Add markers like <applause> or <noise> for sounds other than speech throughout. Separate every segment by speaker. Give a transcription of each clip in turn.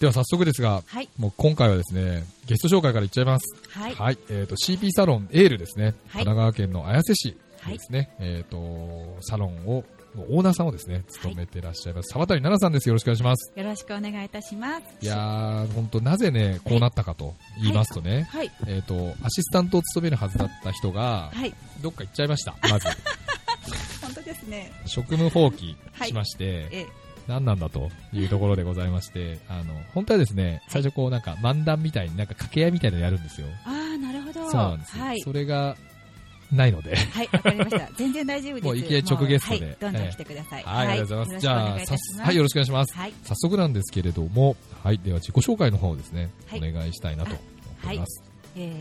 Speaker 1: では早速ですが、
Speaker 2: はい
Speaker 1: もう今回はですね、ゲスト紹介からいっちゃいます。
Speaker 2: はい
Speaker 1: えっ、と、CP サロンエールですね。
Speaker 2: はい
Speaker 1: 神奈川県の綾瀬市ですね。えっ、と、サロンを、のオーナーさんをですね、務めてらっしゃいます、沢谷奈々さんです。よろしくお願いします。
Speaker 2: よろしくお願いいたします。
Speaker 1: いやー、本当なぜね、こうなったかと言いますとね、
Speaker 2: はい。
Speaker 1: えっ、と、アシスタントを務めるはずだった人が、
Speaker 2: はい。
Speaker 1: どっか行っちゃいました。ま
Speaker 2: <laughs>
Speaker 1: ず、
Speaker 2: 本当ですね。
Speaker 1: 職務放棄しまして、
Speaker 2: え、
Speaker 1: 何なんだというところでございまして、あの、本当はですね、最初こうなんか漫談みたいになんか掛け合いみたいなのやるんですよ。
Speaker 2: ああ、なるほど。
Speaker 1: そうなんですよ。
Speaker 2: はい
Speaker 1: そ。れが、ないので。
Speaker 2: <laughs> はい、わかりました。全然大丈夫です。
Speaker 1: もういきなり直ゲストで
Speaker 2: もうはい、どんどん来てください。
Speaker 1: はい、ありがとうございます。じ
Speaker 2: よろ
Speaker 1: ゃあ、さ
Speaker 2: しくお願いいた
Speaker 1: っ
Speaker 2: します
Speaker 1: はい、よろしくお願いします。
Speaker 2: はい。
Speaker 1: 早速なんですけれども、はい、では自己紹介の方をですね、
Speaker 2: はい
Speaker 1: お願いしたいなと思います。
Speaker 2: えー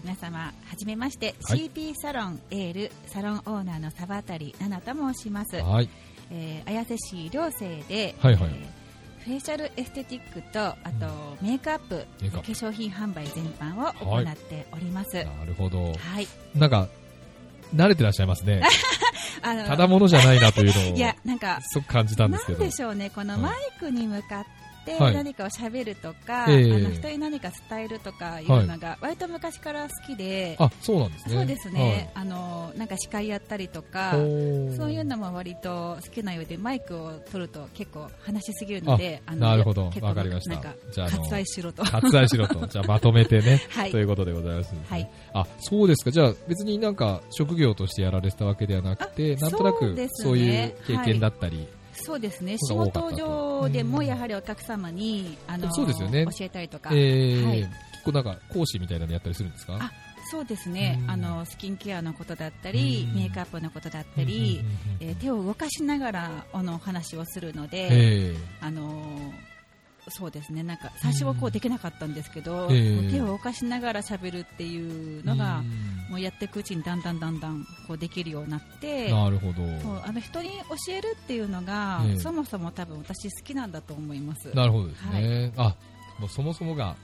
Speaker 2: 皆様、はじめまして、
Speaker 1: はい
Speaker 2: CP サロンエールサロンオーナーの沢渡奈々と申します。
Speaker 1: はい、
Speaker 2: えー、綾瀬市両生で、
Speaker 1: はいはい
Speaker 2: えーフェイシャルエステティックとあとメイクアップ、
Speaker 1: メイクア
Speaker 2: 化
Speaker 1: ップ
Speaker 2: 粧品販売全般を行っております。はい。
Speaker 1: なるほど。なんか、慣れてらっしゃいます
Speaker 2: <laughs>
Speaker 1: ね。
Speaker 2: あの
Speaker 1: ただものじゃないなというのを、
Speaker 2: いやなんか
Speaker 1: すごく感じたんですけ
Speaker 2: なん
Speaker 1: ど
Speaker 2: で。しょうね、この
Speaker 1: はい
Speaker 2: マイクに向かって
Speaker 1: はい
Speaker 2: 何かを喋るとか、
Speaker 1: ええ
Speaker 2: あの人に何か伝えるとかいうのが、割と昔から好きで、
Speaker 1: あ、そうなんですね。
Speaker 2: そうですね、あのなんか司会やったりとか
Speaker 1: はい。、おー
Speaker 2: そういうのも割と好きなようで、マイクを取ると結構話しすぎるので、あの
Speaker 1: なるほど
Speaker 2: 結、構
Speaker 1: わかりまし
Speaker 2: なん
Speaker 1: た
Speaker 2: か。
Speaker 1: じゃあ、あの
Speaker 2: 割愛
Speaker 1: <laughs>
Speaker 2: しろと。 <laughs>
Speaker 1: 割愛しろと。じゃあ、まとめてね。
Speaker 2: はい
Speaker 1: ということでございます、ね
Speaker 2: はい
Speaker 1: あ、そうですか。じゃあ、別になんか、職業としてやられてたわけではなくて、
Speaker 2: あ
Speaker 1: なんとな
Speaker 2: そう
Speaker 1: く
Speaker 2: で、すね
Speaker 1: そういう経験だったり。
Speaker 2: そうですね仕
Speaker 1: そうが多かった
Speaker 2: 事
Speaker 1: と
Speaker 2: 上でも
Speaker 1: うん
Speaker 2: やはりお客様に、あの
Speaker 1: そうですよね
Speaker 2: 教えたりとか、
Speaker 1: えー
Speaker 2: はい
Speaker 1: 結構なんか、講師みたいなのやったりするんですか
Speaker 2: あそうですね、
Speaker 1: うん
Speaker 2: あのスキンケアのことだったり、
Speaker 1: うん
Speaker 2: メイクアップのことだったり、
Speaker 1: うんうんうん
Speaker 2: えー手を動かしながらあのお話をするので、
Speaker 1: えー
Speaker 2: あのーそうですねなんか最初はこうできなかったんですけど、
Speaker 1: ええ
Speaker 2: こう手を動かしながら喋るっていうのが、
Speaker 1: うん
Speaker 2: もうやっていくうちにだんだんだんだんこうできるようになって。
Speaker 1: なるほど。
Speaker 2: そうあの人に教えるっていうのが、
Speaker 1: ええ
Speaker 2: そもそも多分私好きなんだと思います
Speaker 1: なるほどですね。あ、もうそもそもが、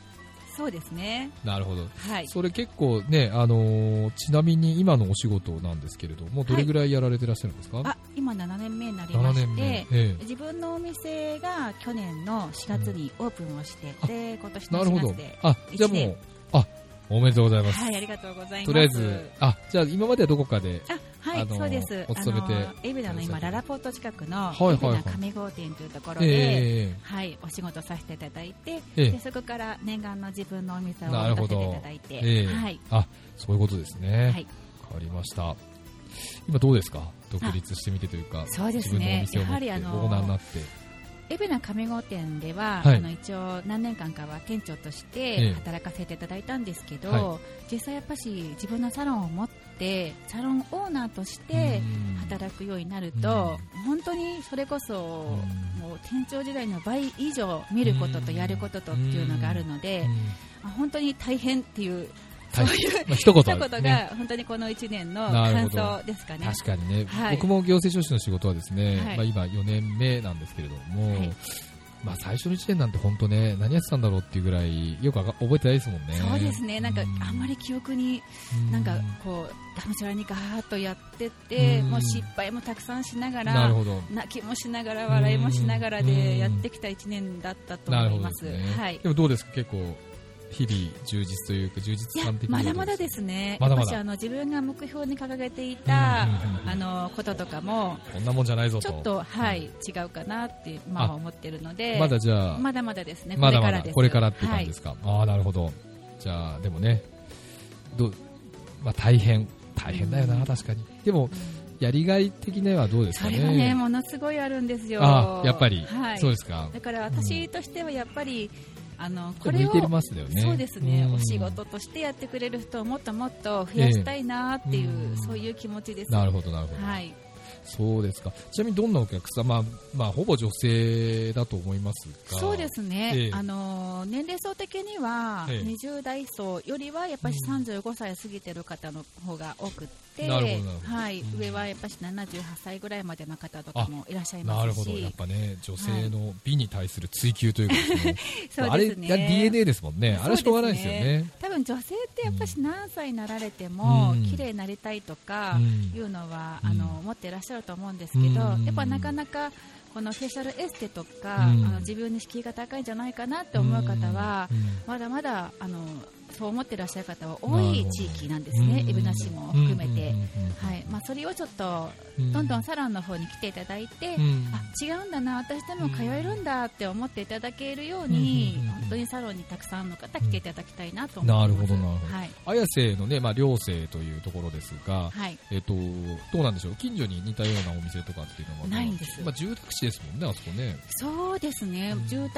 Speaker 2: そうですね
Speaker 1: なるほど。
Speaker 2: はい
Speaker 1: それ結構ね、あのーちなみに今のお仕事なんですけれども、どれぐらいやられてらっしゃるんですか、
Speaker 2: あ今7年目になりま
Speaker 1: 7
Speaker 2: し
Speaker 1: 年目。
Speaker 2: て
Speaker 1: ええ
Speaker 2: 自分のお店が去年の4月にオープンをして、
Speaker 1: うん
Speaker 2: で今年
Speaker 1: な
Speaker 2: の
Speaker 1: るほ
Speaker 2: 4
Speaker 1: ど
Speaker 2: 月で。
Speaker 1: あ、
Speaker 2: 一
Speaker 1: じゃあもう
Speaker 2: 年、
Speaker 1: あ、おめでとうございます。
Speaker 2: はいありがとうございます
Speaker 1: とりあえず、あ、じゃあ今まではどこかで、
Speaker 2: あはい、
Speaker 1: あの
Speaker 2: そうです
Speaker 1: お勤めて
Speaker 2: あの海老名の今ララポート近くの
Speaker 1: はいはい
Speaker 2: 海
Speaker 1: はい
Speaker 2: 老名上郷店というところで、
Speaker 1: え
Speaker 2: はい、お仕事させていただいて、
Speaker 1: ええ
Speaker 2: でそこから念願の自分のお店を
Speaker 1: な
Speaker 2: さ
Speaker 1: る
Speaker 2: せ
Speaker 1: ほ
Speaker 2: てい
Speaker 1: ど
Speaker 2: ただいて、
Speaker 1: えええ
Speaker 2: はい、
Speaker 1: あ、そういうことですね。
Speaker 2: はい、
Speaker 1: わかりました。今どうですか独立してみてというか、
Speaker 2: そうです
Speaker 1: 自分のお
Speaker 2: ね
Speaker 1: 店を持って、
Speaker 2: やはりあの
Speaker 1: オーナーになって。
Speaker 2: 海老名上郷店では、
Speaker 1: はい
Speaker 2: あの一応何年間かは店長とし
Speaker 1: ええ
Speaker 2: て働かせていただいたんですけど、
Speaker 1: は
Speaker 2: 実際やっぱし自分のサロンを持ってサロンオーナーとして
Speaker 1: うん
Speaker 2: 働くようになると、本当にそれこそ、
Speaker 1: ん
Speaker 2: もう店長時代の倍以上見ることとやることとっていうのがあるので、
Speaker 1: うん
Speaker 2: あ本当に大変っていう
Speaker 1: 大
Speaker 2: そういう
Speaker 1: まあ、一言
Speaker 2: 一言
Speaker 1: ですね。
Speaker 2: が本当にこの1年の
Speaker 1: なるほ
Speaker 2: 感
Speaker 1: ど
Speaker 2: 想ですかね。
Speaker 1: 確かにね、
Speaker 2: はい
Speaker 1: 僕も行政書士の仕事はですね、
Speaker 2: はい
Speaker 1: まあ、今4年目なんですけれども、
Speaker 2: はい
Speaker 1: まあ、最初の1年なんて本当ね、何やってたんだろうっていうぐらい、よくわか覚えてないですもんね。
Speaker 2: そうですねなんか
Speaker 1: う
Speaker 2: あんまり記憶になんかこうがむしゃらにガーッとやってて、
Speaker 1: うん
Speaker 2: もう失敗もたくさんしなが
Speaker 1: な
Speaker 2: ら
Speaker 1: るほど。
Speaker 2: 泣きもしながら笑いもしながら
Speaker 1: うん
Speaker 2: でやってきた1年だったと
Speaker 1: なるほ
Speaker 2: 思い
Speaker 1: ど
Speaker 2: ま。
Speaker 1: ですすね。
Speaker 2: はい
Speaker 1: でもどうですか結構、日々充実というか、充
Speaker 2: い
Speaker 1: 実
Speaker 2: や
Speaker 1: 感的に
Speaker 2: ま
Speaker 1: はど
Speaker 2: だ
Speaker 1: う
Speaker 2: まだですね、
Speaker 1: まだまだ
Speaker 2: もしあの自分が目標に掲げていた、
Speaker 1: うんうんうんうん
Speaker 2: あのこととかも、
Speaker 1: こんなもんじゃないぞ
Speaker 2: ち
Speaker 1: と。
Speaker 2: ょっと、はい、違うかなって、ま
Speaker 1: あ
Speaker 2: あ、思ってるので、
Speaker 1: まだじゃあ、
Speaker 2: まだまだですね、
Speaker 1: まだま
Speaker 2: これから
Speaker 1: だ
Speaker 2: です。、
Speaker 1: これからっていう感じですすか。ああ、なるほど。じゃあ、でもね、どう、まあ大変、大変だよな、確かに。でも、
Speaker 2: はいうん
Speaker 1: やりがい的にはどうです
Speaker 2: そ
Speaker 1: かね。
Speaker 2: れがね、ものすごいあるんですよ。
Speaker 1: あやっぱり、
Speaker 2: はい、
Speaker 1: そうですか。
Speaker 2: だから私としてはやっぱり、あの
Speaker 1: 向
Speaker 2: これ
Speaker 1: い
Speaker 2: を、
Speaker 1: てますだよね。
Speaker 2: そうですね、
Speaker 1: うん
Speaker 2: お仕事としてやってくれる人をもっともっと増やしたいなっていう、
Speaker 1: ええ
Speaker 2: そういう気持ちです。
Speaker 1: なるほど、なるほど。
Speaker 2: はい、
Speaker 1: そうですか。ちなみにどんなお客様、まあ、ほぼ女性だと思いますが。
Speaker 2: そうですね、
Speaker 1: ええ
Speaker 2: あの年齢層的には
Speaker 1: ええ
Speaker 2: 20代層よりはやっぱり
Speaker 1: うん
Speaker 2: 35歳過ぎてる方の方が多くって、
Speaker 1: なるほどなるほど
Speaker 2: はい
Speaker 1: うん
Speaker 2: 上はやっぱし78歳ぐらいまでの方とかもいらっしゃいます
Speaker 1: な
Speaker 2: し、
Speaker 1: る
Speaker 2: <laughs>
Speaker 1: ほど、やっぱね、女性の美に対する追求というかですね、
Speaker 2: そ
Speaker 1: あ
Speaker 2: う
Speaker 1: れ
Speaker 2: ですね
Speaker 1: が DNA ですもんね、あれはしょうがないですよね。
Speaker 2: 多分女性ってやっぱし何歳になられても
Speaker 1: うん
Speaker 2: 綺麗になりたいとか
Speaker 1: うん
Speaker 2: いうのは、
Speaker 1: うん
Speaker 2: あの思っていらっしゃると思うんですけど、
Speaker 1: うん
Speaker 2: やっぱなかなかこのフェイシャルエステとか、
Speaker 1: うん
Speaker 2: あの自分に敷居が高いんじゃないかなって思う方は、
Speaker 1: うん、
Speaker 2: まだまだあのそう思ってらっしゃる方は
Speaker 1: な
Speaker 2: 多
Speaker 1: るほ
Speaker 2: い
Speaker 1: ど
Speaker 2: 地域なんですね、
Speaker 1: うん
Speaker 2: 海老名市も含めて、
Speaker 1: うんうんうんうん
Speaker 2: はいまあ、それをちょっと
Speaker 1: う
Speaker 2: どんどんサロンの方に来ていただいて、
Speaker 1: うん
Speaker 2: あ違うんだな、私でも通えるんだって思っていただけるように、
Speaker 1: うんうんうんうん
Speaker 2: 本当にサロンにたくさんの方来ていただきたいなと思い
Speaker 1: な
Speaker 2: ます
Speaker 1: るほどなるほど、
Speaker 2: はい
Speaker 1: 綾瀬のね、まあ、寮生というところですが、
Speaker 2: はい
Speaker 1: えっと、どうなんでしょう、近所に似たようなお店とかっていうのは
Speaker 2: ないんです
Speaker 1: まあ、住宅地ですもんね、あそこね。
Speaker 2: そうですね、
Speaker 1: うん
Speaker 2: 住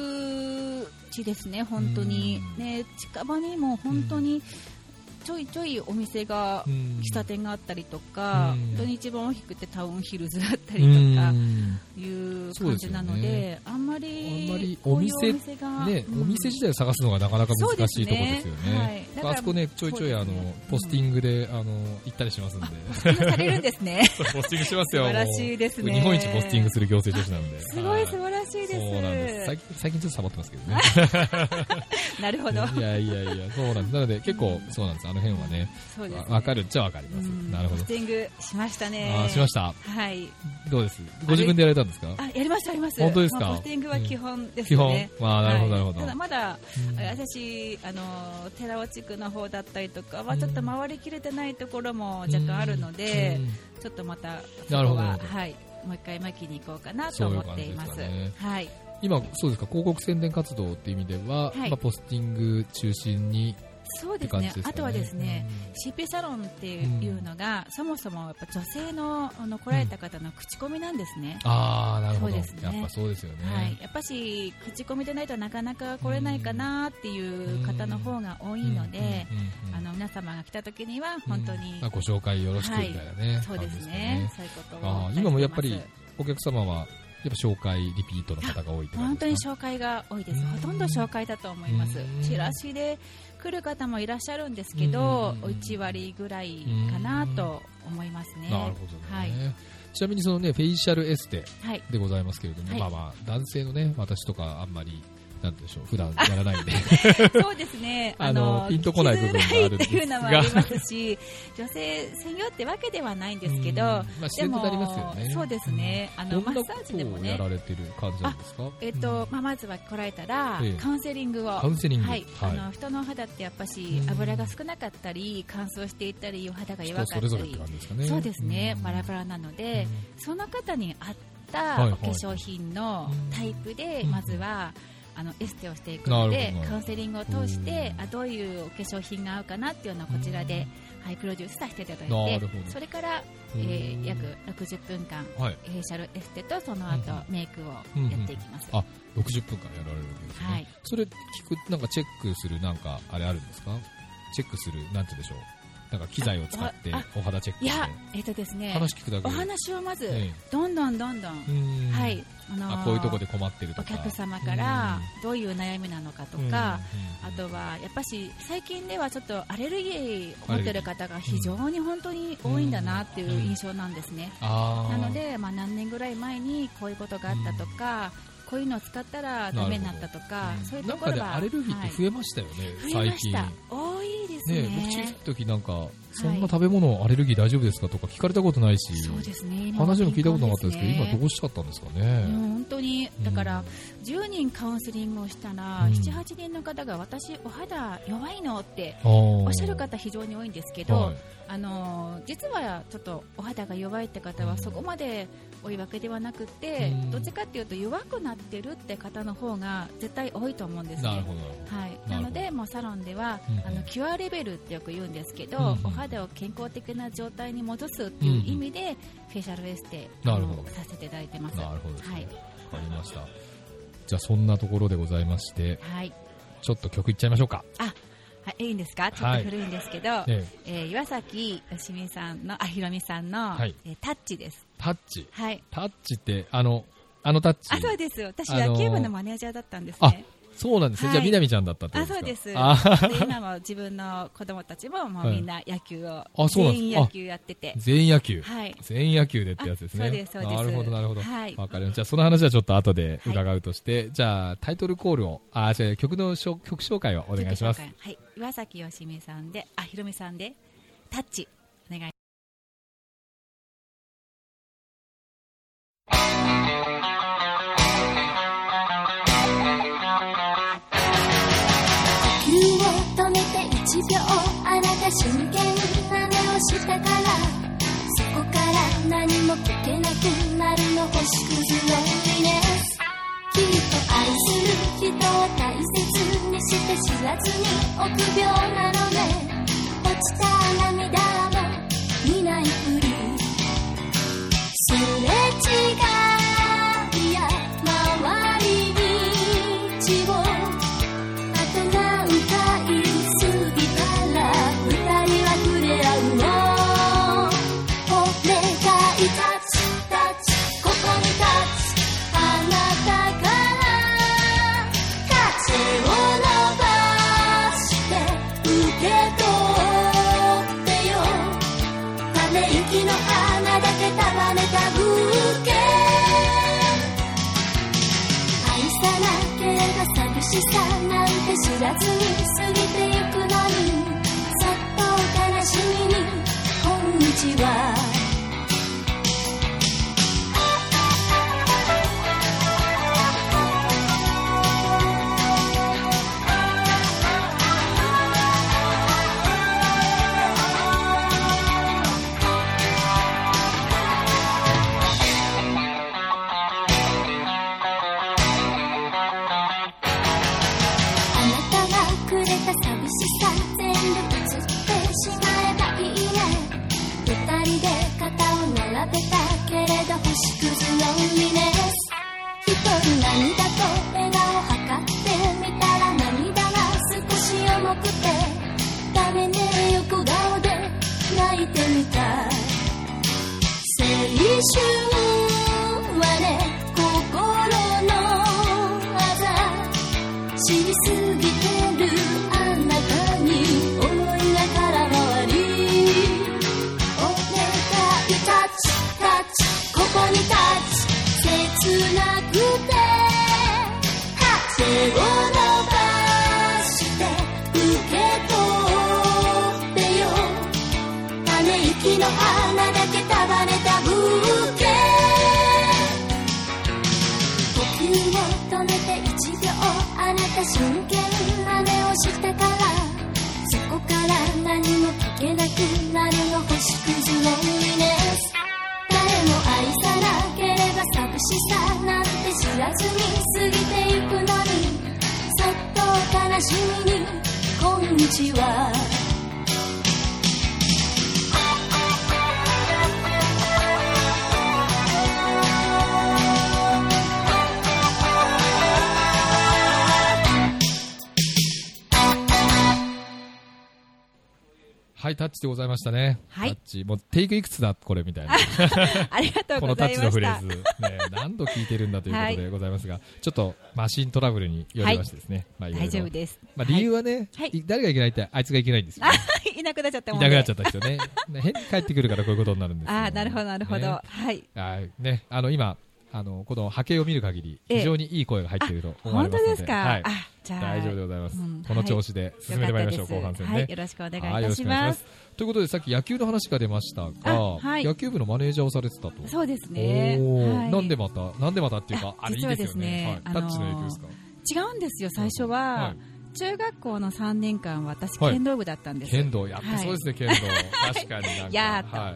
Speaker 2: 宅地ですね、本当に、
Speaker 1: うん
Speaker 2: ね、近場にも本当にちょいちょいお店が、
Speaker 1: うん
Speaker 2: 喫茶店があったりとか、
Speaker 1: うん
Speaker 2: 本当に一番大きくてタウンヒルズだったりとか
Speaker 1: うん
Speaker 2: いう
Speaker 1: そう
Speaker 2: 感
Speaker 1: ですよね
Speaker 2: じなので、あん
Speaker 1: あ
Speaker 2: ま
Speaker 1: んま
Speaker 2: り
Speaker 1: り
Speaker 2: こういう
Speaker 1: お
Speaker 2: お
Speaker 1: 店
Speaker 2: 店が、
Speaker 1: ね、
Speaker 2: うん
Speaker 1: お店自体を探すのがなかなか
Speaker 2: そう
Speaker 1: 難しいところですよね。
Speaker 2: はい、だから
Speaker 1: あそこね、ちょいちょいあ
Speaker 2: そう
Speaker 1: の、
Speaker 2: ですね
Speaker 1: ポスティングで、あの、行ったりしますんで。 <laughs>
Speaker 2: されるんですね。
Speaker 1: ポスティングします
Speaker 2: 素
Speaker 1: よ。
Speaker 2: 晴らしいですね。
Speaker 1: 日本一ポスティングする行政女子なんで。
Speaker 2: すごい素
Speaker 1: は
Speaker 2: 晴らしいです。
Speaker 1: そうなんです。最近最近ちょっとサボってますけどね。
Speaker 2: なるほど。
Speaker 1: <laughs> いやいやいや、そうなんです。なので結構そうなんです。あの辺はね、
Speaker 2: そうです、ね。
Speaker 1: わかるっちゃわかり
Speaker 2: う
Speaker 1: ます。
Speaker 2: ん。
Speaker 1: なるほど
Speaker 2: ポス。ティングしましたね。
Speaker 1: あーしました。
Speaker 2: た。はい。
Speaker 1: どうですご自分でやられたんですか
Speaker 2: あ、やりました、やります。
Speaker 1: 本当ですか
Speaker 2: まあポスティングは基本です
Speaker 1: 基
Speaker 2: ね。
Speaker 1: 本。まあ、なるほど、な
Speaker 2: は
Speaker 1: る
Speaker 2: い
Speaker 1: ほど。
Speaker 2: ただまだ、
Speaker 1: うん
Speaker 2: 私、あの、寺尾地区の方だったりとかは、ちょっと回りきれてないところも若干あるので、
Speaker 1: うん
Speaker 2: ちょっとまた、
Speaker 1: なるほどな
Speaker 2: は、
Speaker 1: るほど
Speaker 2: はい。もう一回巻きに行こうかなと思っています。
Speaker 1: そういう感じです
Speaker 2: はい。
Speaker 1: 今、そうですか、広告宣伝活動っていう意味では、
Speaker 2: はい
Speaker 1: まあ、ポスティング中心に
Speaker 2: そう
Speaker 1: って
Speaker 2: です
Speaker 1: 感じ
Speaker 2: ね
Speaker 1: ですかね。
Speaker 2: あとはですね、CP サロンっていうのが、そもそもやっぱ女性のあの来られた方の口コミなんですね、
Speaker 1: うん。ああ、なるほど、
Speaker 2: そうですね
Speaker 1: やっぱそうですよね。
Speaker 2: はい、やっぱし口コミでないとなかなか来れないかなっていう方の方が多いので、
Speaker 1: うんうんうん
Speaker 2: あの皆様が来た時には本当に、
Speaker 1: まあご紹介よろしくみたいなね、
Speaker 2: そうです
Speaker 1: 感
Speaker 2: ね
Speaker 1: じ
Speaker 2: そういうことを
Speaker 1: あ
Speaker 2: お伝えし
Speaker 1: ー
Speaker 2: て
Speaker 1: 今もやっぱり
Speaker 2: ます
Speaker 1: お客様はやっぱ紹介リピートの方が多いって感
Speaker 2: 本
Speaker 1: じ
Speaker 2: 当に
Speaker 1: ですか
Speaker 2: 紹介が多いです、
Speaker 1: うん
Speaker 2: ほとんど紹介だと思います
Speaker 1: うん、
Speaker 2: チラシで来る方もいらっしゃるんですけど、
Speaker 1: うん
Speaker 2: 1割ぐらいかなと思いますね。
Speaker 1: なるほどね、
Speaker 2: はい
Speaker 1: ちなみにそのねフェイシャルエステ
Speaker 2: はい <laughs>
Speaker 1: でございますけれども、
Speaker 2: はい
Speaker 1: まあまあ男性のね私とかあんまりなんて言うんでしょう
Speaker 2: <laughs>
Speaker 1: 普段やらないんで
Speaker 2: そうですね。
Speaker 1: <laughs> あのピンとこない部分があるん
Speaker 2: 聞
Speaker 1: で
Speaker 2: き
Speaker 1: すが
Speaker 2: づらいっていうのもありますし、女性専用ってわけではないんですけど、
Speaker 1: うんまあ自然となりますよね
Speaker 2: そうですね。あ
Speaker 1: ど
Speaker 2: の
Speaker 1: ん
Speaker 2: マ
Speaker 1: な
Speaker 2: ッ
Speaker 1: こ
Speaker 2: サージで
Speaker 1: と
Speaker 2: も
Speaker 1: をや
Speaker 2: ね
Speaker 1: ら。れてる感じなんですか
Speaker 2: えっと、まあ、まずは来られたら、
Speaker 1: ええ
Speaker 2: カウンセリングを。
Speaker 1: カウンセリング
Speaker 2: はい、
Speaker 1: はい
Speaker 2: あの人の肌ってやっぱし
Speaker 1: うん
Speaker 2: 油が少なかったり乾燥していたりお肌が
Speaker 1: 人
Speaker 2: 弱か
Speaker 1: そ
Speaker 2: っ
Speaker 1: れぞ
Speaker 2: た
Speaker 1: れって
Speaker 2: り
Speaker 1: 感じですかね
Speaker 2: そうですね、
Speaker 1: うん
Speaker 2: バラバラなので、その方に合っ
Speaker 1: はい
Speaker 2: た
Speaker 1: はい
Speaker 2: お化粧品のタイプで、
Speaker 1: うん
Speaker 2: まずは、あのエステをしていくの
Speaker 1: なる
Speaker 2: で
Speaker 1: ほどなるほど
Speaker 2: カウンセリングを通して
Speaker 1: うん
Speaker 2: あどういうお化粧品が合うかなっていうのをこちらで、はい、プロデュースさせていただい
Speaker 1: なる
Speaker 2: て
Speaker 1: ほど
Speaker 2: それから、
Speaker 1: う
Speaker 2: え
Speaker 1: ん
Speaker 2: ー約60分間
Speaker 1: はい
Speaker 2: フェイシャルエステとその後、メイクをやっていきます、
Speaker 1: あ60分間やられるわけですね、
Speaker 2: はい
Speaker 1: それ聞くなんかチェックするなんかあれあるんですかチェックするなんて言うんでしょうなんか機材を使って
Speaker 2: あ
Speaker 1: お肌チェック
Speaker 2: い
Speaker 1: して
Speaker 2: やえっ、とですね
Speaker 1: 話聞くだけ
Speaker 2: お
Speaker 1: で
Speaker 2: 話をまず、
Speaker 1: え
Speaker 2: どんどんどんどん、
Speaker 1: えうん
Speaker 2: はいあのー
Speaker 1: あこういうとこで困ってると
Speaker 2: お
Speaker 1: か
Speaker 2: 客様からどういう悩みなのかと
Speaker 1: うんうん
Speaker 2: か、
Speaker 1: うん
Speaker 2: あとはやっぱし最近ではちょっとアレルギーを持ってる方が非常に本当に多いんだなっていう印象なんですね、
Speaker 1: あー
Speaker 2: なので、まあ、何年ぐらい前にこういうことがあったとか、こういうのを使ったらダメになったとか、
Speaker 1: うん
Speaker 2: そういう
Speaker 1: な
Speaker 2: と
Speaker 1: ん
Speaker 2: こ
Speaker 1: か
Speaker 2: ろ
Speaker 1: ね
Speaker 2: は
Speaker 1: アレルギーって増えましたよね、
Speaker 2: はい増えま
Speaker 1: 最近
Speaker 2: した多いですね
Speaker 1: ね僕中学の時なんかそんな食べ物アレルギー大丈夫ですかとか聞かれたことないし、
Speaker 2: そうですね今は
Speaker 1: 話も聞いたことなかったですけど
Speaker 2: 敏感
Speaker 1: 今どうしちゃったんですかね、
Speaker 2: もう本当にだから、
Speaker 1: うん
Speaker 2: 10人カウンセリングをしたら、
Speaker 1: うん
Speaker 2: 78人の方が私、お肌弱いのって
Speaker 1: お
Speaker 2: おっしゃる方非常に多いんですけど、
Speaker 1: はい
Speaker 2: あのー実はちょっとお肌が弱いって方はそこまで多いわけではなくて、
Speaker 1: うん
Speaker 2: どっちかっていうと弱くなってるって方の方が絶対多いと思うんですね。
Speaker 1: なるほどなるほど
Speaker 2: はい、
Speaker 1: な
Speaker 2: な
Speaker 1: るほど
Speaker 2: ので、もうサロンでは、
Speaker 1: うんうん
Speaker 2: あのキュアレベルってよく言うんですけど、
Speaker 1: うんうん
Speaker 2: お肌を健康的な状態に戻すっていう意味で、フェイシャルエステあ
Speaker 1: なるほ
Speaker 2: の
Speaker 1: ど
Speaker 2: させていただいてます。
Speaker 1: なるほどですね。
Speaker 2: はい
Speaker 1: わかりました。じゃあそんなところでございまして、
Speaker 2: はい、
Speaker 1: ちょっと曲いっちゃいましょうか。
Speaker 2: はい、いいんですか、ちょっと古いんですけど、
Speaker 1: ええ
Speaker 2: えー岩崎よしみさんの、あ、ひろみさんの、
Speaker 1: はい
Speaker 2: えータッチです。
Speaker 1: タッチ。
Speaker 2: はい、
Speaker 1: タッチって、あの、あのタッチ。
Speaker 2: あ、そうです。私、
Speaker 1: あのー
Speaker 2: 野球部のマネージャーだったんです
Speaker 1: あ
Speaker 2: ね。
Speaker 1: そうなんですね。
Speaker 2: はい
Speaker 1: じゃあ、みなみちゃんだったってことですか
Speaker 2: あ、
Speaker 1: あ
Speaker 2: そうです。で今も自分の子供たちも、もうみんな野球を、
Speaker 1: そうなんです
Speaker 2: 全員野球やってて。
Speaker 1: 全員野球。
Speaker 2: はい。
Speaker 1: 全員野球でってやつですね。
Speaker 2: あそうですそうです
Speaker 1: なるほど、なるほど。
Speaker 2: はい
Speaker 1: わかりました。じゃあ、その話はちょっと後で伺うとして、じゃあ、タイトルコールを、あ、じゃあ、曲のしょ、曲紹介をお願いします
Speaker 2: ちょ。っと紹介はい、岩崎よしみさんで、あ、ひろみさんで、タッチ、お願い。
Speaker 3: 真剣な目をしたからそこから何も聞けなくなるの星屑のリネスきっと愛する人を大切にして知らずに臆病なのね落ちた涙も見ないふりすれ違いや周り道をあと何回過ぎたら二人は触れ合うのお願いタッチタッチここにタッチあなたから風を伸ばして受け取ってよため息の花だけ束ねたブーケ愛さなければ寂しさなんて知らずに過ぎてゆくのにそっと悲しみにこんにちはあなたがくれた寂しさ全部映ってしまえばいいね二人で肩を並べたけれど星屑の海です一人涙と笑顔を測ってみたら涙が少し重くてダメね横顔で泣いてみた青春はね心のあざ知りすぎてるあなたに思いが空回りお願いタッチタッチここにタッチ切なくて手を伸ばして受け取ってよため息の花だけ束ねたブーケ呼吸を止めて一秒あなた真剣な目をしたからそこから何も聞けなくなるの星屑の海です誰も愛さなければ寂しさなんて知らずに過ぎてゆくのにそっと悲しみにこんにちは
Speaker 1: はい、タッチでございましたね。
Speaker 2: はい
Speaker 1: タッチ。もう、テイクいくつだこれみ
Speaker 2: <laughs>
Speaker 1: たいな。
Speaker 2: ありがと
Speaker 1: <laughs> こ
Speaker 2: うご
Speaker 1: のタッ
Speaker 2: ざい
Speaker 1: チ
Speaker 2: ま
Speaker 1: のフ
Speaker 2: し
Speaker 1: レ
Speaker 2: た
Speaker 1: ーズ。ね、何度聞いてるんだということでございますが、ちょっとマシントラブルによりましてですね。まあ、
Speaker 2: 大丈夫です、
Speaker 1: まあ、理由はね、
Speaker 2: はい
Speaker 1: い誰がいけないって、あいつがいけないんですよ、
Speaker 2: あ
Speaker 1: ね。
Speaker 2: いなくなっちゃったも
Speaker 1: い
Speaker 2: んね
Speaker 1: なくなっちゃった人ね。 <laughs> ね変に帰ってくるからこういうことになるんですよ
Speaker 2: ああなるほどなるほど、
Speaker 1: ね
Speaker 2: はい
Speaker 1: はいね、あの今あのこの波形を見る限り
Speaker 2: ええ
Speaker 1: 非常にいい声が入っていると思われま
Speaker 2: 本当
Speaker 1: すので
Speaker 2: ですか、
Speaker 1: はい
Speaker 2: あ、じゃあ
Speaker 1: 大丈夫でございます、
Speaker 2: うん
Speaker 1: この調子で進めてまいりましょう、
Speaker 2: よ
Speaker 1: 後
Speaker 2: か
Speaker 1: 半
Speaker 2: ったです
Speaker 1: 戦ね、
Speaker 2: はい、よろしくお願いいたし
Speaker 1: はよ
Speaker 2: ま
Speaker 1: ろ
Speaker 2: す
Speaker 1: くお願いしますということでさっき野球の話が出ました
Speaker 2: あ
Speaker 1: が、
Speaker 2: はい
Speaker 1: 野球部のマネージャーをされてたと
Speaker 2: そうですね、
Speaker 1: おー
Speaker 2: はい
Speaker 1: なんでまたなんでまたっていうかあれいいですよね
Speaker 2: 実はですね
Speaker 1: はい、
Speaker 2: あ
Speaker 1: タ
Speaker 2: のー
Speaker 1: ッチの影響ですか
Speaker 2: 違うんですよ最初は、
Speaker 1: はい
Speaker 2: 中学校の3年間私
Speaker 1: はい
Speaker 2: 剣道部だったんです、
Speaker 1: 剣道やってそうですね、剣道確かになんか
Speaker 2: やーっと
Speaker 1: は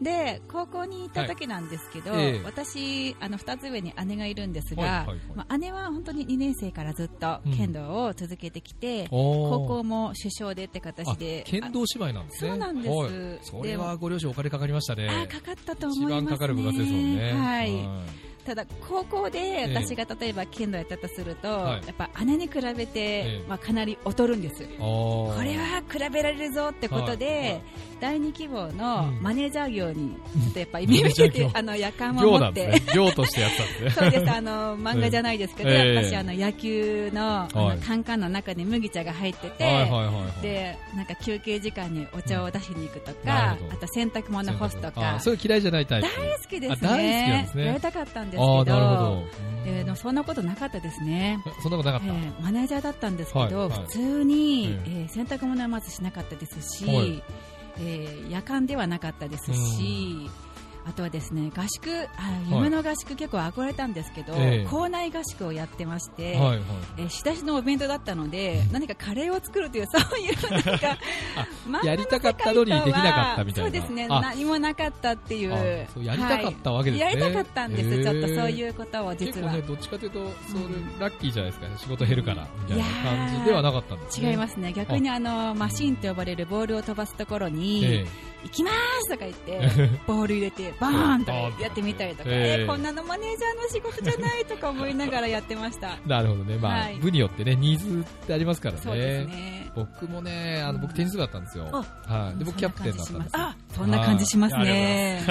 Speaker 1: い
Speaker 2: で高校に行った時なんですけど、
Speaker 1: はいええ
Speaker 2: 私あの2つ上に姉がいるんですが、
Speaker 1: はいはいはい
Speaker 2: まあ、姉は本当に2年生からずっと剣道を続けてきて、高
Speaker 1: 高
Speaker 2: 校も首相でって形で
Speaker 1: あ剣道芝居なんですね
Speaker 2: そうなんです
Speaker 1: はいそれはご両親お金かかりましたね
Speaker 2: ああかかったと思い
Speaker 1: 一
Speaker 2: ます、ね、
Speaker 1: 番かかる部活ですもんね。
Speaker 2: はい
Speaker 1: は
Speaker 2: ただ高校で
Speaker 1: え
Speaker 2: 私が例えば剣道やったとすると、
Speaker 1: はい
Speaker 2: やっぱ姉に比べて、
Speaker 1: ええ
Speaker 2: まあ、かなり劣るんです
Speaker 1: い。こ
Speaker 2: これは比べられるぞってことで、
Speaker 1: はいはい
Speaker 2: 第二希望
Speaker 1: う
Speaker 2: の
Speaker 1: ん
Speaker 2: マネージャー業にちょっとやっぱ
Speaker 1: マネ
Speaker 2: 夢
Speaker 1: ー
Speaker 2: 見
Speaker 1: ジャ
Speaker 2: て
Speaker 1: ー業
Speaker 2: てあの夜間を
Speaker 1: 寮
Speaker 2: 持
Speaker 1: な
Speaker 2: っ
Speaker 1: ん
Speaker 2: て、
Speaker 1: ですね。寮としてやってたんです
Speaker 2: そ
Speaker 1: ね。
Speaker 2: うですあの漫画じゃないですけど、
Speaker 1: ええ
Speaker 2: 私あの野球のあ
Speaker 1: はい
Speaker 2: のカンカンの中に麦茶が入ってて、
Speaker 1: はいはいはいはい。
Speaker 2: でなんか休憩時間にお茶を出しに行くと
Speaker 1: な
Speaker 2: か、
Speaker 1: るほど
Speaker 2: あと洗濯物干すとか
Speaker 1: あそれ嫌いじゃないタイプ。
Speaker 2: 大好きで
Speaker 1: あ
Speaker 2: す
Speaker 1: 大好きなん
Speaker 2: ね
Speaker 1: ですね
Speaker 2: やりたかったんですけ
Speaker 1: あ
Speaker 2: ど
Speaker 1: あ、なるほど。
Speaker 2: えーでもそんなことなかったですね、
Speaker 1: そんなことな
Speaker 2: え
Speaker 1: かった。
Speaker 2: ーマネージャーだったんですけど、
Speaker 1: はいはい
Speaker 2: 普通に、
Speaker 1: え
Speaker 2: えー洗濯物はまずしなかったですし、
Speaker 1: はい
Speaker 2: えー夜間ではなかったですし、あとはですね合宿あ夢の合宿結構憧れたんですけど、
Speaker 1: ええ
Speaker 2: 校内合宿をやってまして、
Speaker 1: はいはい。
Speaker 2: えー仕出しのお弁当だったので、何かカレーを作るという、そういうなんか
Speaker 1: <laughs> あ、
Speaker 2: 漫画の世界とは
Speaker 1: やりたかったのにできなかったみたいな
Speaker 2: そうですね、
Speaker 1: あ
Speaker 2: 何もなかったってい
Speaker 1: あ
Speaker 2: う、
Speaker 1: そうやりたかったわけですね
Speaker 2: はいやりたかったんです、
Speaker 1: へー
Speaker 2: ちょっとそういうことを
Speaker 1: 結
Speaker 2: 実
Speaker 1: 構
Speaker 2: は、
Speaker 1: ね、どっちかというと、それラッキーじゃないですかね。仕事減るから、みたいない
Speaker 2: やー
Speaker 1: 感じではなかったんですね。
Speaker 2: 違いますね、逆にあのマシーンと呼ばれるボールを飛ばすところに、
Speaker 1: え
Speaker 2: 行きますとか言って
Speaker 1: <laughs> え。、
Speaker 2: ボール入れて、バーンとかやってみたりとか、
Speaker 1: ええ
Speaker 2: えーこんなのマネージャーの仕事じゃないとか思いながらやってました。
Speaker 1: なるほど <laughs> ね。まあ、
Speaker 2: はい
Speaker 1: 部によってね、ニーズってありますからね。
Speaker 2: そうですね。
Speaker 1: 僕もね、あの、僕テニス部だったんですよ。
Speaker 2: あ
Speaker 1: はい。で、僕キャプテンだったんですよ
Speaker 2: あ、そんな感じしますね。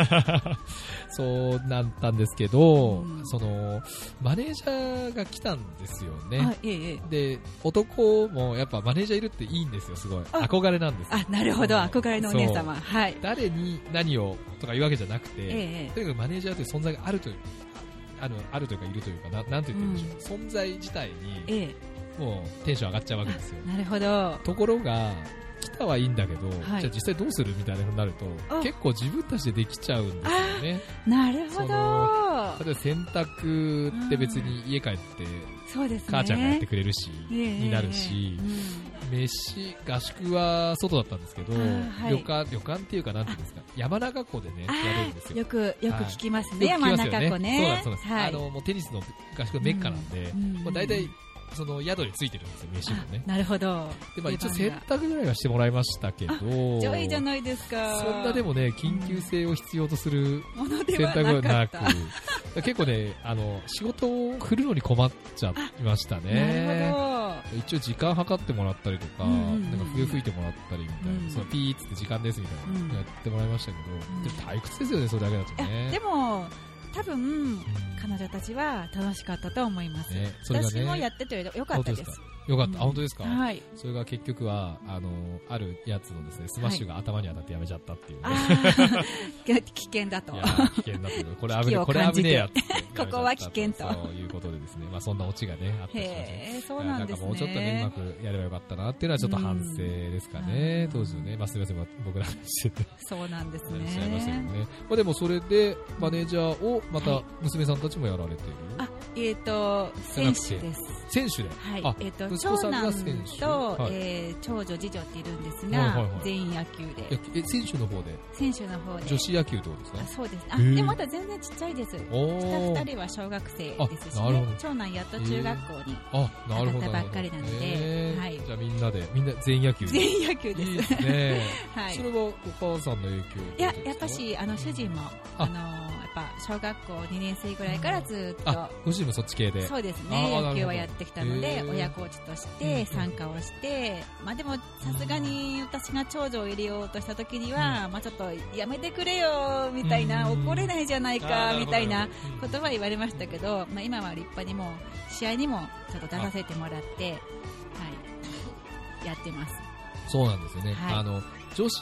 Speaker 1: <laughs> そうなったんですけど、
Speaker 2: うん
Speaker 1: その、マネージャーが来たんですよね。
Speaker 2: <laughs> あ、ええええ。
Speaker 1: で、男もやっぱマネージャーいるっていいんですよ、すごい。
Speaker 2: あ
Speaker 1: 憧れなんですよ
Speaker 2: あ、なるほど、憧れのお姉様。はい。
Speaker 1: 誰に何をとかいうわけじゃなくて、
Speaker 2: ええ
Speaker 1: とにかくマネージャーという存在があるという、ああのあるというかいるというか、ななんて言ってるんでしょう、存在自体に
Speaker 2: ええ。
Speaker 1: もうテンション上がっちゃうわけですよ。
Speaker 2: なるほど。
Speaker 1: ところが、来たはいいんだけど、
Speaker 2: は
Speaker 1: じ
Speaker 2: い
Speaker 1: ゃあ実際どうするみたいなふうになると
Speaker 2: あ、
Speaker 1: 結構自分たちでできちゃうんですよね。
Speaker 2: なるほ
Speaker 1: そ例
Speaker 2: ど。
Speaker 1: えば洗濯って別に家帰って
Speaker 2: そうですね。
Speaker 1: 母ちゃんがやってくれるし、
Speaker 2: ええええ
Speaker 1: になるし、飯、合宿は外だったんですけど、
Speaker 2: あーはい
Speaker 1: 旅館、旅館っていうかなんていうんですか、山中湖でね、
Speaker 2: あ
Speaker 1: やるんです
Speaker 2: あー、
Speaker 1: よ
Speaker 2: よ。く、よく聞きますね、
Speaker 1: よく聞き
Speaker 2: 山
Speaker 1: ますよ
Speaker 2: 中湖ね。
Speaker 1: そうなんです、そうなんです。
Speaker 2: はい
Speaker 1: あの、もうテニスの合宿のメッカなんで
Speaker 2: う、ん
Speaker 1: もう大体、その宿についてるんですよ、飯もね
Speaker 2: あ。なるほど。
Speaker 1: で、まあ一応洗
Speaker 2: 出番が
Speaker 1: 濯ぐらいはしてもらいましたけど、
Speaker 2: 上位じゃないですか。
Speaker 1: そんなでもね、緊急性を必要とする
Speaker 2: もの
Speaker 1: 洗
Speaker 2: では
Speaker 1: 濯は
Speaker 2: なか
Speaker 1: な
Speaker 2: っ
Speaker 1: く
Speaker 2: た。、
Speaker 1: 結構ね、あの、仕事を振るのに困っちゃいました
Speaker 2: なる
Speaker 1: ね。
Speaker 2: ほ
Speaker 1: 一応時間計ってもらったりとか、
Speaker 2: うんうんうん
Speaker 1: なんか笛吹いてもらったりみたいな、
Speaker 2: うん
Speaker 1: そのピーっつって時間ですみたいな、
Speaker 2: うん
Speaker 1: やってもらいましたけど、
Speaker 2: ん
Speaker 1: でも退屈ですよね、それだけだと
Speaker 2: ど。いや、で
Speaker 1: ね。
Speaker 2: も、多分、
Speaker 1: うん
Speaker 2: 彼女たちは楽しかったと思います。
Speaker 1: ね、それが
Speaker 2: 私
Speaker 1: ね、
Speaker 2: もやっててよかったです。
Speaker 1: よかっ
Speaker 2: うん
Speaker 1: た、あ本当ですか、
Speaker 2: はい。
Speaker 1: それが結局は、あの、あるやつのですね、スマッシュが頭に当たってやめちゃったっていう、ね
Speaker 2: あー <laughs> 危険だと
Speaker 1: いや。ー危険だけど、これ危ね
Speaker 2: 危機
Speaker 1: え、
Speaker 2: を
Speaker 1: これ
Speaker 2: 感
Speaker 1: 危
Speaker 2: じて
Speaker 1: ねえやつって
Speaker 2: ここは危険と
Speaker 1: そういうことでですね、まあそんなオチがね、あったりしましたね。
Speaker 2: へえ、そうなんで
Speaker 1: いや
Speaker 2: す
Speaker 1: かもうちょっとね、
Speaker 2: ね。
Speaker 1: うまくやればよかったなっていうのはちょっと反省ですかね。
Speaker 2: うん
Speaker 1: 当時のね、まあすみません、まあ僕ら話してて、
Speaker 2: そうなんです
Speaker 1: 話しちゃいましたけど
Speaker 2: ね。
Speaker 1: ね。まあでもそれで、マネージャーをま
Speaker 2: は
Speaker 1: た
Speaker 2: い
Speaker 1: 娘さんたちもやられている。
Speaker 2: あ、えっと、
Speaker 1: じゃな
Speaker 2: 選
Speaker 1: くて
Speaker 2: 手です。
Speaker 1: 選手で。
Speaker 2: はい
Speaker 1: あ、
Speaker 2: えっと、
Speaker 1: 息
Speaker 2: 長
Speaker 1: 子さんが
Speaker 2: 男
Speaker 1: 選手
Speaker 2: と
Speaker 1: はい
Speaker 2: えー長女、次女っているんです
Speaker 1: はいは
Speaker 2: が
Speaker 1: いはい、
Speaker 2: 全員野球
Speaker 1: いや
Speaker 2: で、
Speaker 1: え選手の方で、
Speaker 2: 選手の方で。
Speaker 1: 女子野球ってことですか
Speaker 2: あそうです。あ、
Speaker 1: へえ
Speaker 2: でもまだ全然ちっちゃいです。
Speaker 1: お
Speaker 2: 下
Speaker 1: ー
Speaker 2: 二。人は小学生ですし
Speaker 1: あなるほ
Speaker 2: ね
Speaker 1: ど。
Speaker 2: 長男やっと中学校に。
Speaker 1: あ、なるほど。
Speaker 2: 上がったばっかりなので
Speaker 1: へー
Speaker 2: はい
Speaker 1: じゃあみんなで、みんな全員野球。
Speaker 2: 全員野球で。
Speaker 1: いいですすね。
Speaker 2: <laughs> はい。
Speaker 1: それはお母さんの影響
Speaker 2: いや、やっぱし、あの、主人も、
Speaker 1: あ
Speaker 2: あの、やっぱ、小学校2年生ぐらいからずっ
Speaker 1: あ
Speaker 2: と、、
Speaker 1: ご主人もそっち系で。
Speaker 2: そうです
Speaker 1: あーなるほ
Speaker 2: ね、
Speaker 1: ど
Speaker 2: 野球はやってきたの
Speaker 1: へ
Speaker 2: で、
Speaker 1: ー
Speaker 2: 親コーチとし
Speaker 1: うんう
Speaker 2: て
Speaker 1: ん
Speaker 2: 参加をして、まあでも、さすがに私が長女を入れようとした時には、まあちょっと、やめてくれよ、みたいな、
Speaker 1: うん
Speaker 2: 怒れないじゃないか、みたいな
Speaker 1: こ
Speaker 2: ことは言われましたけど、まあ今は立派にもう、試合にもちょっと出させてもらって、はい、やってます。
Speaker 1: そうなんですよね、
Speaker 2: はい
Speaker 1: あの女子、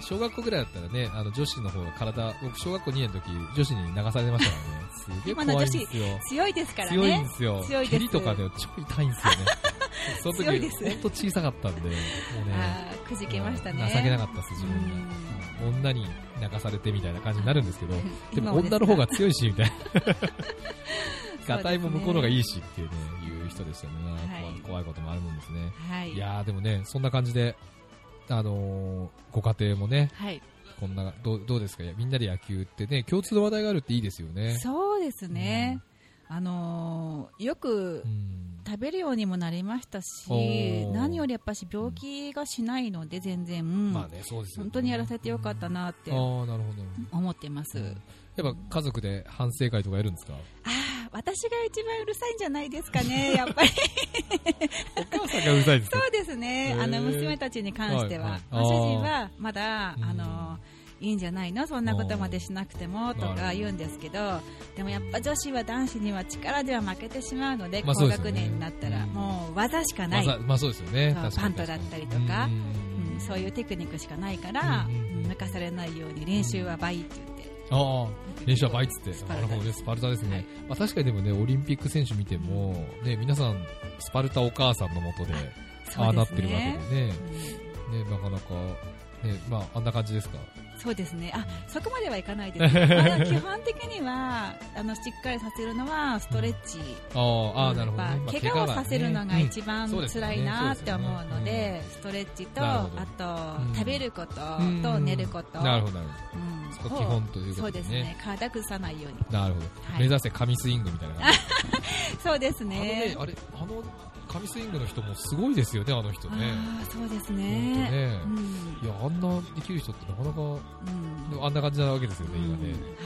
Speaker 1: 小学校ぐらいだったらね、あの女子の方が体、僕、小学校2年の時女子に流されましたからね、 <laughs> すげえ
Speaker 2: 今の
Speaker 1: 怖いん
Speaker 2: 女子
Speaker 1: ですよ、
Speaker 2: 強いですから
Speaker 1: 強いん
Speaker 2: ね
Speaker 1: で。すよ、
Speaker 2: 強いです
Speaker 1: 蹴りとかね、超痛いんですよね、その
Speaker 2: 強いで
Speaker 1: 時
Speaker 2: す
Speaker 1: 本当小さかったんで、もうね、
Speaker 2: あーくじけましたね。
Speaker 1: 情けなかったです、自分が。女に泣かされてみたいな感じになるんですけど、でも女の方が強いし、みた <laughs> いな。ガタイも向こうの方が
Speaker 2: い。
Speaker 1: いいしっていうね、いう人でしたね。
Speaker 2: はい
Speaker 1: 怖いこともあるもんですね。
Speaker 2: はい。
Speaker 1: いやーでもね、そんな感じで、あのーご家庭もね、
Speaker 2: はい。
Speaker 1: こんな、どうどうですかいやみんなで野球ってね、共通の話題があるっていいですよね。
Speaker 2: そうですね。あのーよく
Speaker 1: うん
Speaker 2: 食べるようにもなりました
Speaker 1: お
Speaker 2: し
Speaker 1: ー、
Speaker 2: 何よりやっぱし病気がしないので全然、
Speaker 1: まあね、そうですよ、ね。
Speaker 2: 本当にやらせてよかった
Speaker 1: っ
Speaker 2: なって
Speaker 1: ああ、なるほど。
Speaker 2: 思ってます。
Speaker 1: やっぱ家族で反省会とかやるんですか
Speaker 2: ああ、私が一番うるさいんじゃないですかね、やっぱり。
Speaker 1: お母さんがうるさいです
Speaker 2: そうですね。
Speaker 1: へー
Speaker 2: あの、娘たちに関して
Speaker 1: は
Speaker 2: は、
Speaker 1: いはい
Speaker 2: まあ主人はまだ、
Speaker 1: うん
Speaker 2: あの、いいんじゃないのそんなことまでしなくてもと
Speaker 1: なるほ
Speaker 2: か
Speaker 1: ど
Speaker 2: 言うんですけど、でもやっぱ女子は男子には力では負けてしまうので、
Speaker 1: まあそ
Speaker 2: 高
Speaker 1: うですよね
Speaker 2: 学年になったら、
Speaker 1: うん
Speaker 2: もう技しか
Speaker 1: ま
Speaker 2: な
Speaker 1: あ
Speaker 2: い、
Speaker 1: さ、まあそうですよね。
Speaker 2: そう
Speaker 1: 確かに
Speaker 2: パントだったりとか
Speaker 1: うん
Speaker 2: うんそういうテクニックしかないから、
Speaker 1: う
Speaker 2: うんん抜かされないように練習は倍って言って。
Speaker 1: ああ、練習は倍っつって
Speaker 2: ス。
Speaker 1: な
Speaker 2: パル
Speaker 1: る
Speaker 2: タ
Speaker 1: ほどね、スパルタですね。
Speaker 2: はい
Speaker 1: まあ確かにでもね、オリンピック選手見ても、ね、皆さん、スパルタお母さんのもとで、ああなってるわけでね。ね、なかなかね、まあ、あんな感じですか。
Speaker 2: そうですね。あ、そこまではいかないです。
Speaker 1: <laughs>
Speaker 2: まだ基本的には、あの、しっかりさせるのはストレッチ。
Speaker 1: あーあー、なるほどね、まあ
Speaker 2: やっぱ怪我をさせるのが一番
Speaker 1: うん
Speaker 2: 辛いなって思うので、ストレッチと、
Speaker 1: なる
Speaker 2: あ
Speaker 1: ほどうん
Speaker 2: と、食べること
Speaker 1: うん
Speaker 2: と寝ること。
Speaker 1: なるほど、なるほ
Speaker 2: うん
Speaker 1: そこ基本ということ
Speaker 2: そう
Speaker 1: で
Speaker 2: ですす
Speaker 1: ね
Speaker 2: ね。体崩さないように。
Speaker 1: ど。なるほど。
Speaker 2: はい
Speaker 1: 目指せ神スイングみたいな感じ。
Speaker 2: そうです
Speaker 1: あのね
Speaker 2: ね。、
Speaker 1: あれ、あの、神スイングの人もすごいですよね、あの人ね。
Speaker 2: あーそうで
Speaker 1: 本
Speaker 2: す
Speaker 1: 当
Speaker 2: ね。
Speaker 1: ね
Speaker 2: う。ん
Speaker 1: いや、あんなできる人ってなかなか、
Speaker 2: うん
Speaker 1: でもあんな感じなわけですよね、今
Speaker 2: う
Speaker 1: ね
Speaker 2: ん。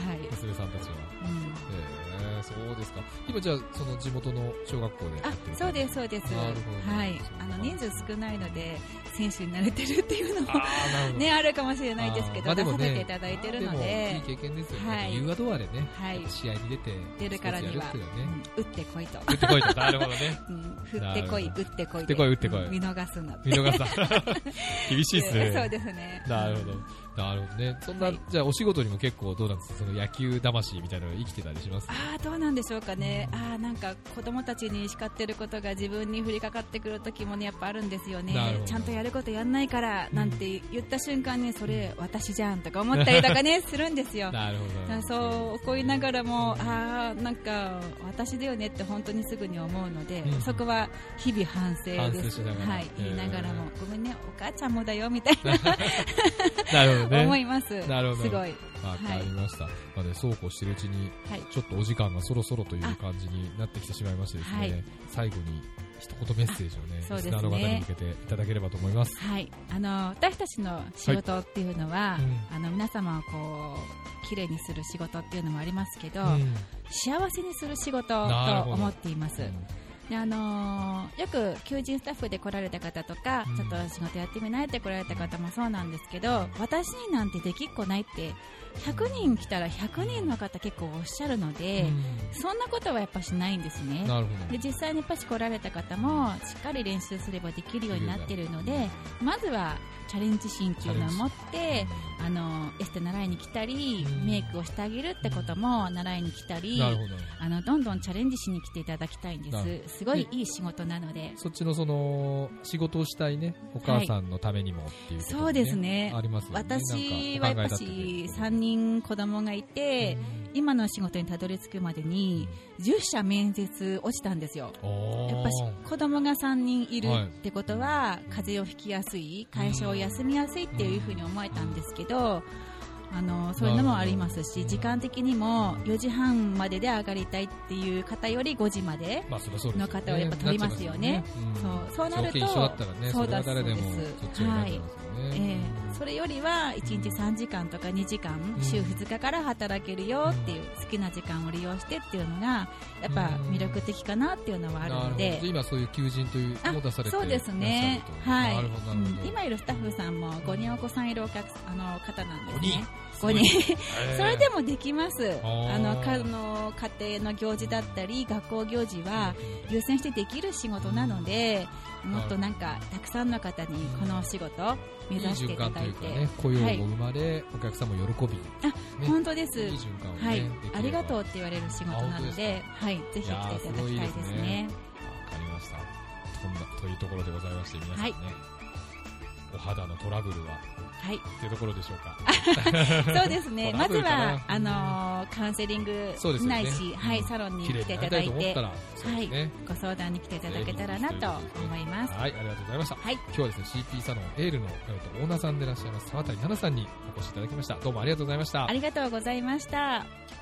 Speaker 2: はい。
Speaker 1: 娘さんたちは。
Speaker 2: うん
Speaker 1: えー、そうですか。今じゃあ、その地元の小学校でや
Speaker 2: あ
Speaker 1: ってる。
Speaker 2: そうです、そうです、
Speaker 1: なるほどね
Speaker 2: はい
Speaker 1: そう、
Speaker 2: あの人数少ないので、選手になれてるっていうのも
Speaker 1: あー、なるほど。
Speaker 2: ね、あるかもしれないですけ
Speaker 1: あーま
Speaker 2: ど、
Speaker 1: あで
Speaker 2: 出
Speaker 1: も
Speaker 2: さ
Speaker 1: ね
Speaker 2: せていただいてるの
Speaker 1: でもいい
Speaker 2: で、
Speaker 1: 経験ですよね。
Speaker 2: はい
Speaker 1: 優雅度あれね、
Speaker 2: はい
Speaker 1: やっぱ試合に出て、
Speaker 2: 出るからには
Speaker 1: スポーツやるっていう
Speaker 2: う
Speaker 1: のは
Speaker 2: ん
Speaker 1: ね。
Speaker 2: 打ってこいと、
Speaker 1: 打ってこいと。なるほど <laughs> ね。
Speaker 2: うん振ってこい、
Speaker 1: な
Speaker 2: 打ってこいで、
Speaker 1: 振ってこい打ってこい
Speaker 2: うん見逃すなって
Speaker 1: 見逃
Speaker 2: <laughs>
Speaker 1: さん。厳しいですね。
Speaker 2: そうですね、
Speaker 1: なるほど。なるほどね。そんな、
Speaker 2: はい
Speaker 1: じゃあお仕事にも結構どうなんですかその野球魂みたいなのが生きてたりします
Speaker 2: あーどうなんでしょうかね、あーなんか子供たちに叱ってることが自分に降りかかってくる時もね、やっぱあるんですよね
Speaker 1: なるほど、
Speaker 2: ちゃんとやることやんないからなんて言った瞬間ね、それ、私じゃんとか思ったりとかね、するんですよ。
Speaker 1: なるほ
Speaker 2: だから
Speaker 1: ど。
Speaker 2: そう怒りながらも、ああ、なんか私だよねって本当にすぐに思うので、
Speaker 1: うん
Speaker 2: そこは日々反省
Speaker 1: 反
Speaker 2: で
Speaker 1: 省
Speaker 2: す、
Speaker 1: しながら
Speaker 2: はい
Speaker 1: へ、ー
Speaker 2: 言いながらも、ごめんね、お母ちゃんもだよみたいな、
Speaker 1: なるほどね。
Speaker 2: 思います、
Speaker 1: なるほど
Speaker 2: すごい、はい、
Speaker 1: わかりました。まあね、そうこうしてるうちに、ちょっとお時間がそろそろという感じになってきてしまいましてですね、
Speaker 2: はい
Speaker 1: 最後に一言メッセージをね、
Speaker 2: そうですね
Speaker 1: リスナーの方に向けていただければと思います。
Speaker 2: はい、あの私たちの仕事っていうのは、
Speaker 1: はい
Speaker 2: あの皆様をこう綺麗にする仕事っていうのもありますけど、
Speaker 1: うん
Speaker 2: 幸せにする仕事と
Speaker 1: なるほど
Speaker 2: 思っています。であのーよく求人スタッフで来られた方とか、
Speaker 1: うん
Speaker 2: ちょっと仕事やってみないって来られた方もそうなんですけど私になんてできっこないって100人来たら100人の方結構おっしゃるので、そんなことはやっぱしないんです
Speaker 1: う
Speaker 2: ね
Speaker 1: んなるほ
Speaker 2: で実際にやっぱし来られた方もしっかり練習すればできるようになってるのでまずはチャレンジ心っていうのを持っ
Speaker 1: ど。
Speaker 2: てあのエステ習いに来たり
Speaker 1: うん
Speaker 2: メイクをしてあげるってことも習いに来たり
Speaker 1: なるほど。
Speaker 2: あのどんどんチャレンジしに来ていただきたいん
Speaker 1: なる
Speaker 2: です。すごいいい仕事なので。
Speaker 1: そっちのその、仕事をしたいね、お母さんのためにもっていうこと、
Speaker 2: そうですね
Speaker 1: ありますよね。
Speaker 2: 私は
Speaker 1: なんかお考え
Speaker 2: やっ
Speaker 1: だ
Speaker 2: ぱ
Speaker 1: たり
Speaker 2: し3人子供がいて、今の仕事にたどり着くまでに10社面接落ちたんですよ。
Speaker 1: おー
Speaker 2: やっぱし子供が3人いる
Speaker 1: はい
Speaker 2: ってことは、風邪をひきやすい、会社を休みやすいっていうふうに思えたんですけど、あのそういうのもありま
Speaker 1: な
Speaker 2: す
Speaker 1: るほど
Speaker 2: し、時間的にも4時半までで上がりたいっていう方より5時まで
Speaker 1: まあ、そりゃそうですよ
Speaker 2: の
Speaker 1: ね
Speaker 2: 方はやっぱ取りますよね。
Speaker 1: ん
Speaker 2: そうそうなる
Speaker 1: 条
Speaker 2: と
Speaker 1: 件一緒だったらね、
Speaker 2: そ
Speaker 1: そうれは
Speaker 2: だ
Speaker 1: 誰でも
Speaker 2: そうです
Speaker 1: そっちを選んじゃいますよね。
Speaker 2: ええそれよりは1日3時間とか2時間、週2日から働けるよっていう、好きな時間を利用してっていうのがやっぱ魅力的かなっていうのはあるの
Speaker 1: な
Speaker 2: で
Speaker 1: ほど。今そういう求人というのを出されて
Speaker 2: そうですね、はい
Speaker 1: なるほど、なるほ
Speaker 2: うん
Speaker 1: ど。
Speaker 2: 今いるスタッフさんも5人お子さんいるお客あの方なんですね、
Speaker 1: 五
Speaker 2: 5
Speaker 1: 人
Speaker 2: 人、
Speaker 1: ええ
Speaker 2: <laughs> それでもできます、
Speaker 1: ー
Speaker 2: あのかの家庭の行事だったり、学校行事は優先してできる仕事なので、もっとなんかたくさんの方にこのお仕事を目
Speaker 1: いい
Speaker 2: 指してい
Speaker 1: 循
Speaker 2: た
Speaker 1: 環と
Speaker 2: だ
Speaker 1: い
Speaker 2: いう
Speaker 1: か
Speaker 2: て、
Speaker 1: ね、雇用も生まれ、お客さんも喜び、ね
Speaker 2: 本当です。
Speaker 1: いい循環をね、
Speaker 2: はい
Speaker 1: できれ、ば
Speaker 2: ありがとうって言われる仕事なので、はい、ぜひ来ていただき
Speaker 1: いや
Speaker 2: たい
Speaker 1: ー
Speaker 2: です
Speaker 1: ごい
Speaker 2: す
Speaker 1: ですね
Speaker 2: ね。
Speaker 1: わかりました。とんだというところでございまして、皆さんね、
Speaker 2: は
Speaker 1: お肌のトラブルは
Speaker 2: はい、
Speaker 1: っていうところでしょうか。
Speaker 2: そうですね。
Speaker 1: <laughs> トラ
Speaker 2: ま
Speaker 1: ブ
Speaker 2: ず
Speaker 1: ルかな
Speaker 2: はあのーカウンセリング
Speaker 1: そうですよね
Speaker 2: ないし、は
Speaker 1: う
Speaker 2: い、
Speaker 1: ん
Speaker 2: サロンに
Speaker 1: 綺麗
Speaker 2: 来
Speaker 1: に
Speaker 2: て
Speaker 1: なり
Speaker 2: い
Speaker 1: た
Speaker 2: ただ
Speaker 1: い
Speaker 2: い
Speaker 1: と思ってた、ら、そうですね。
Speaker 2: ご相談に来ていただけたらなと思います。
Speaker 1: はい、ありがとうございました。
Speaker 2: はい
Speaker 1: 今日はですね、CP サロンエールの、えーとオーナーさんでいらっしゃいます、沢谷奈々さんにお越しいただきました。どうもありがとうございました
Speaker 2: あ。りがとうございました。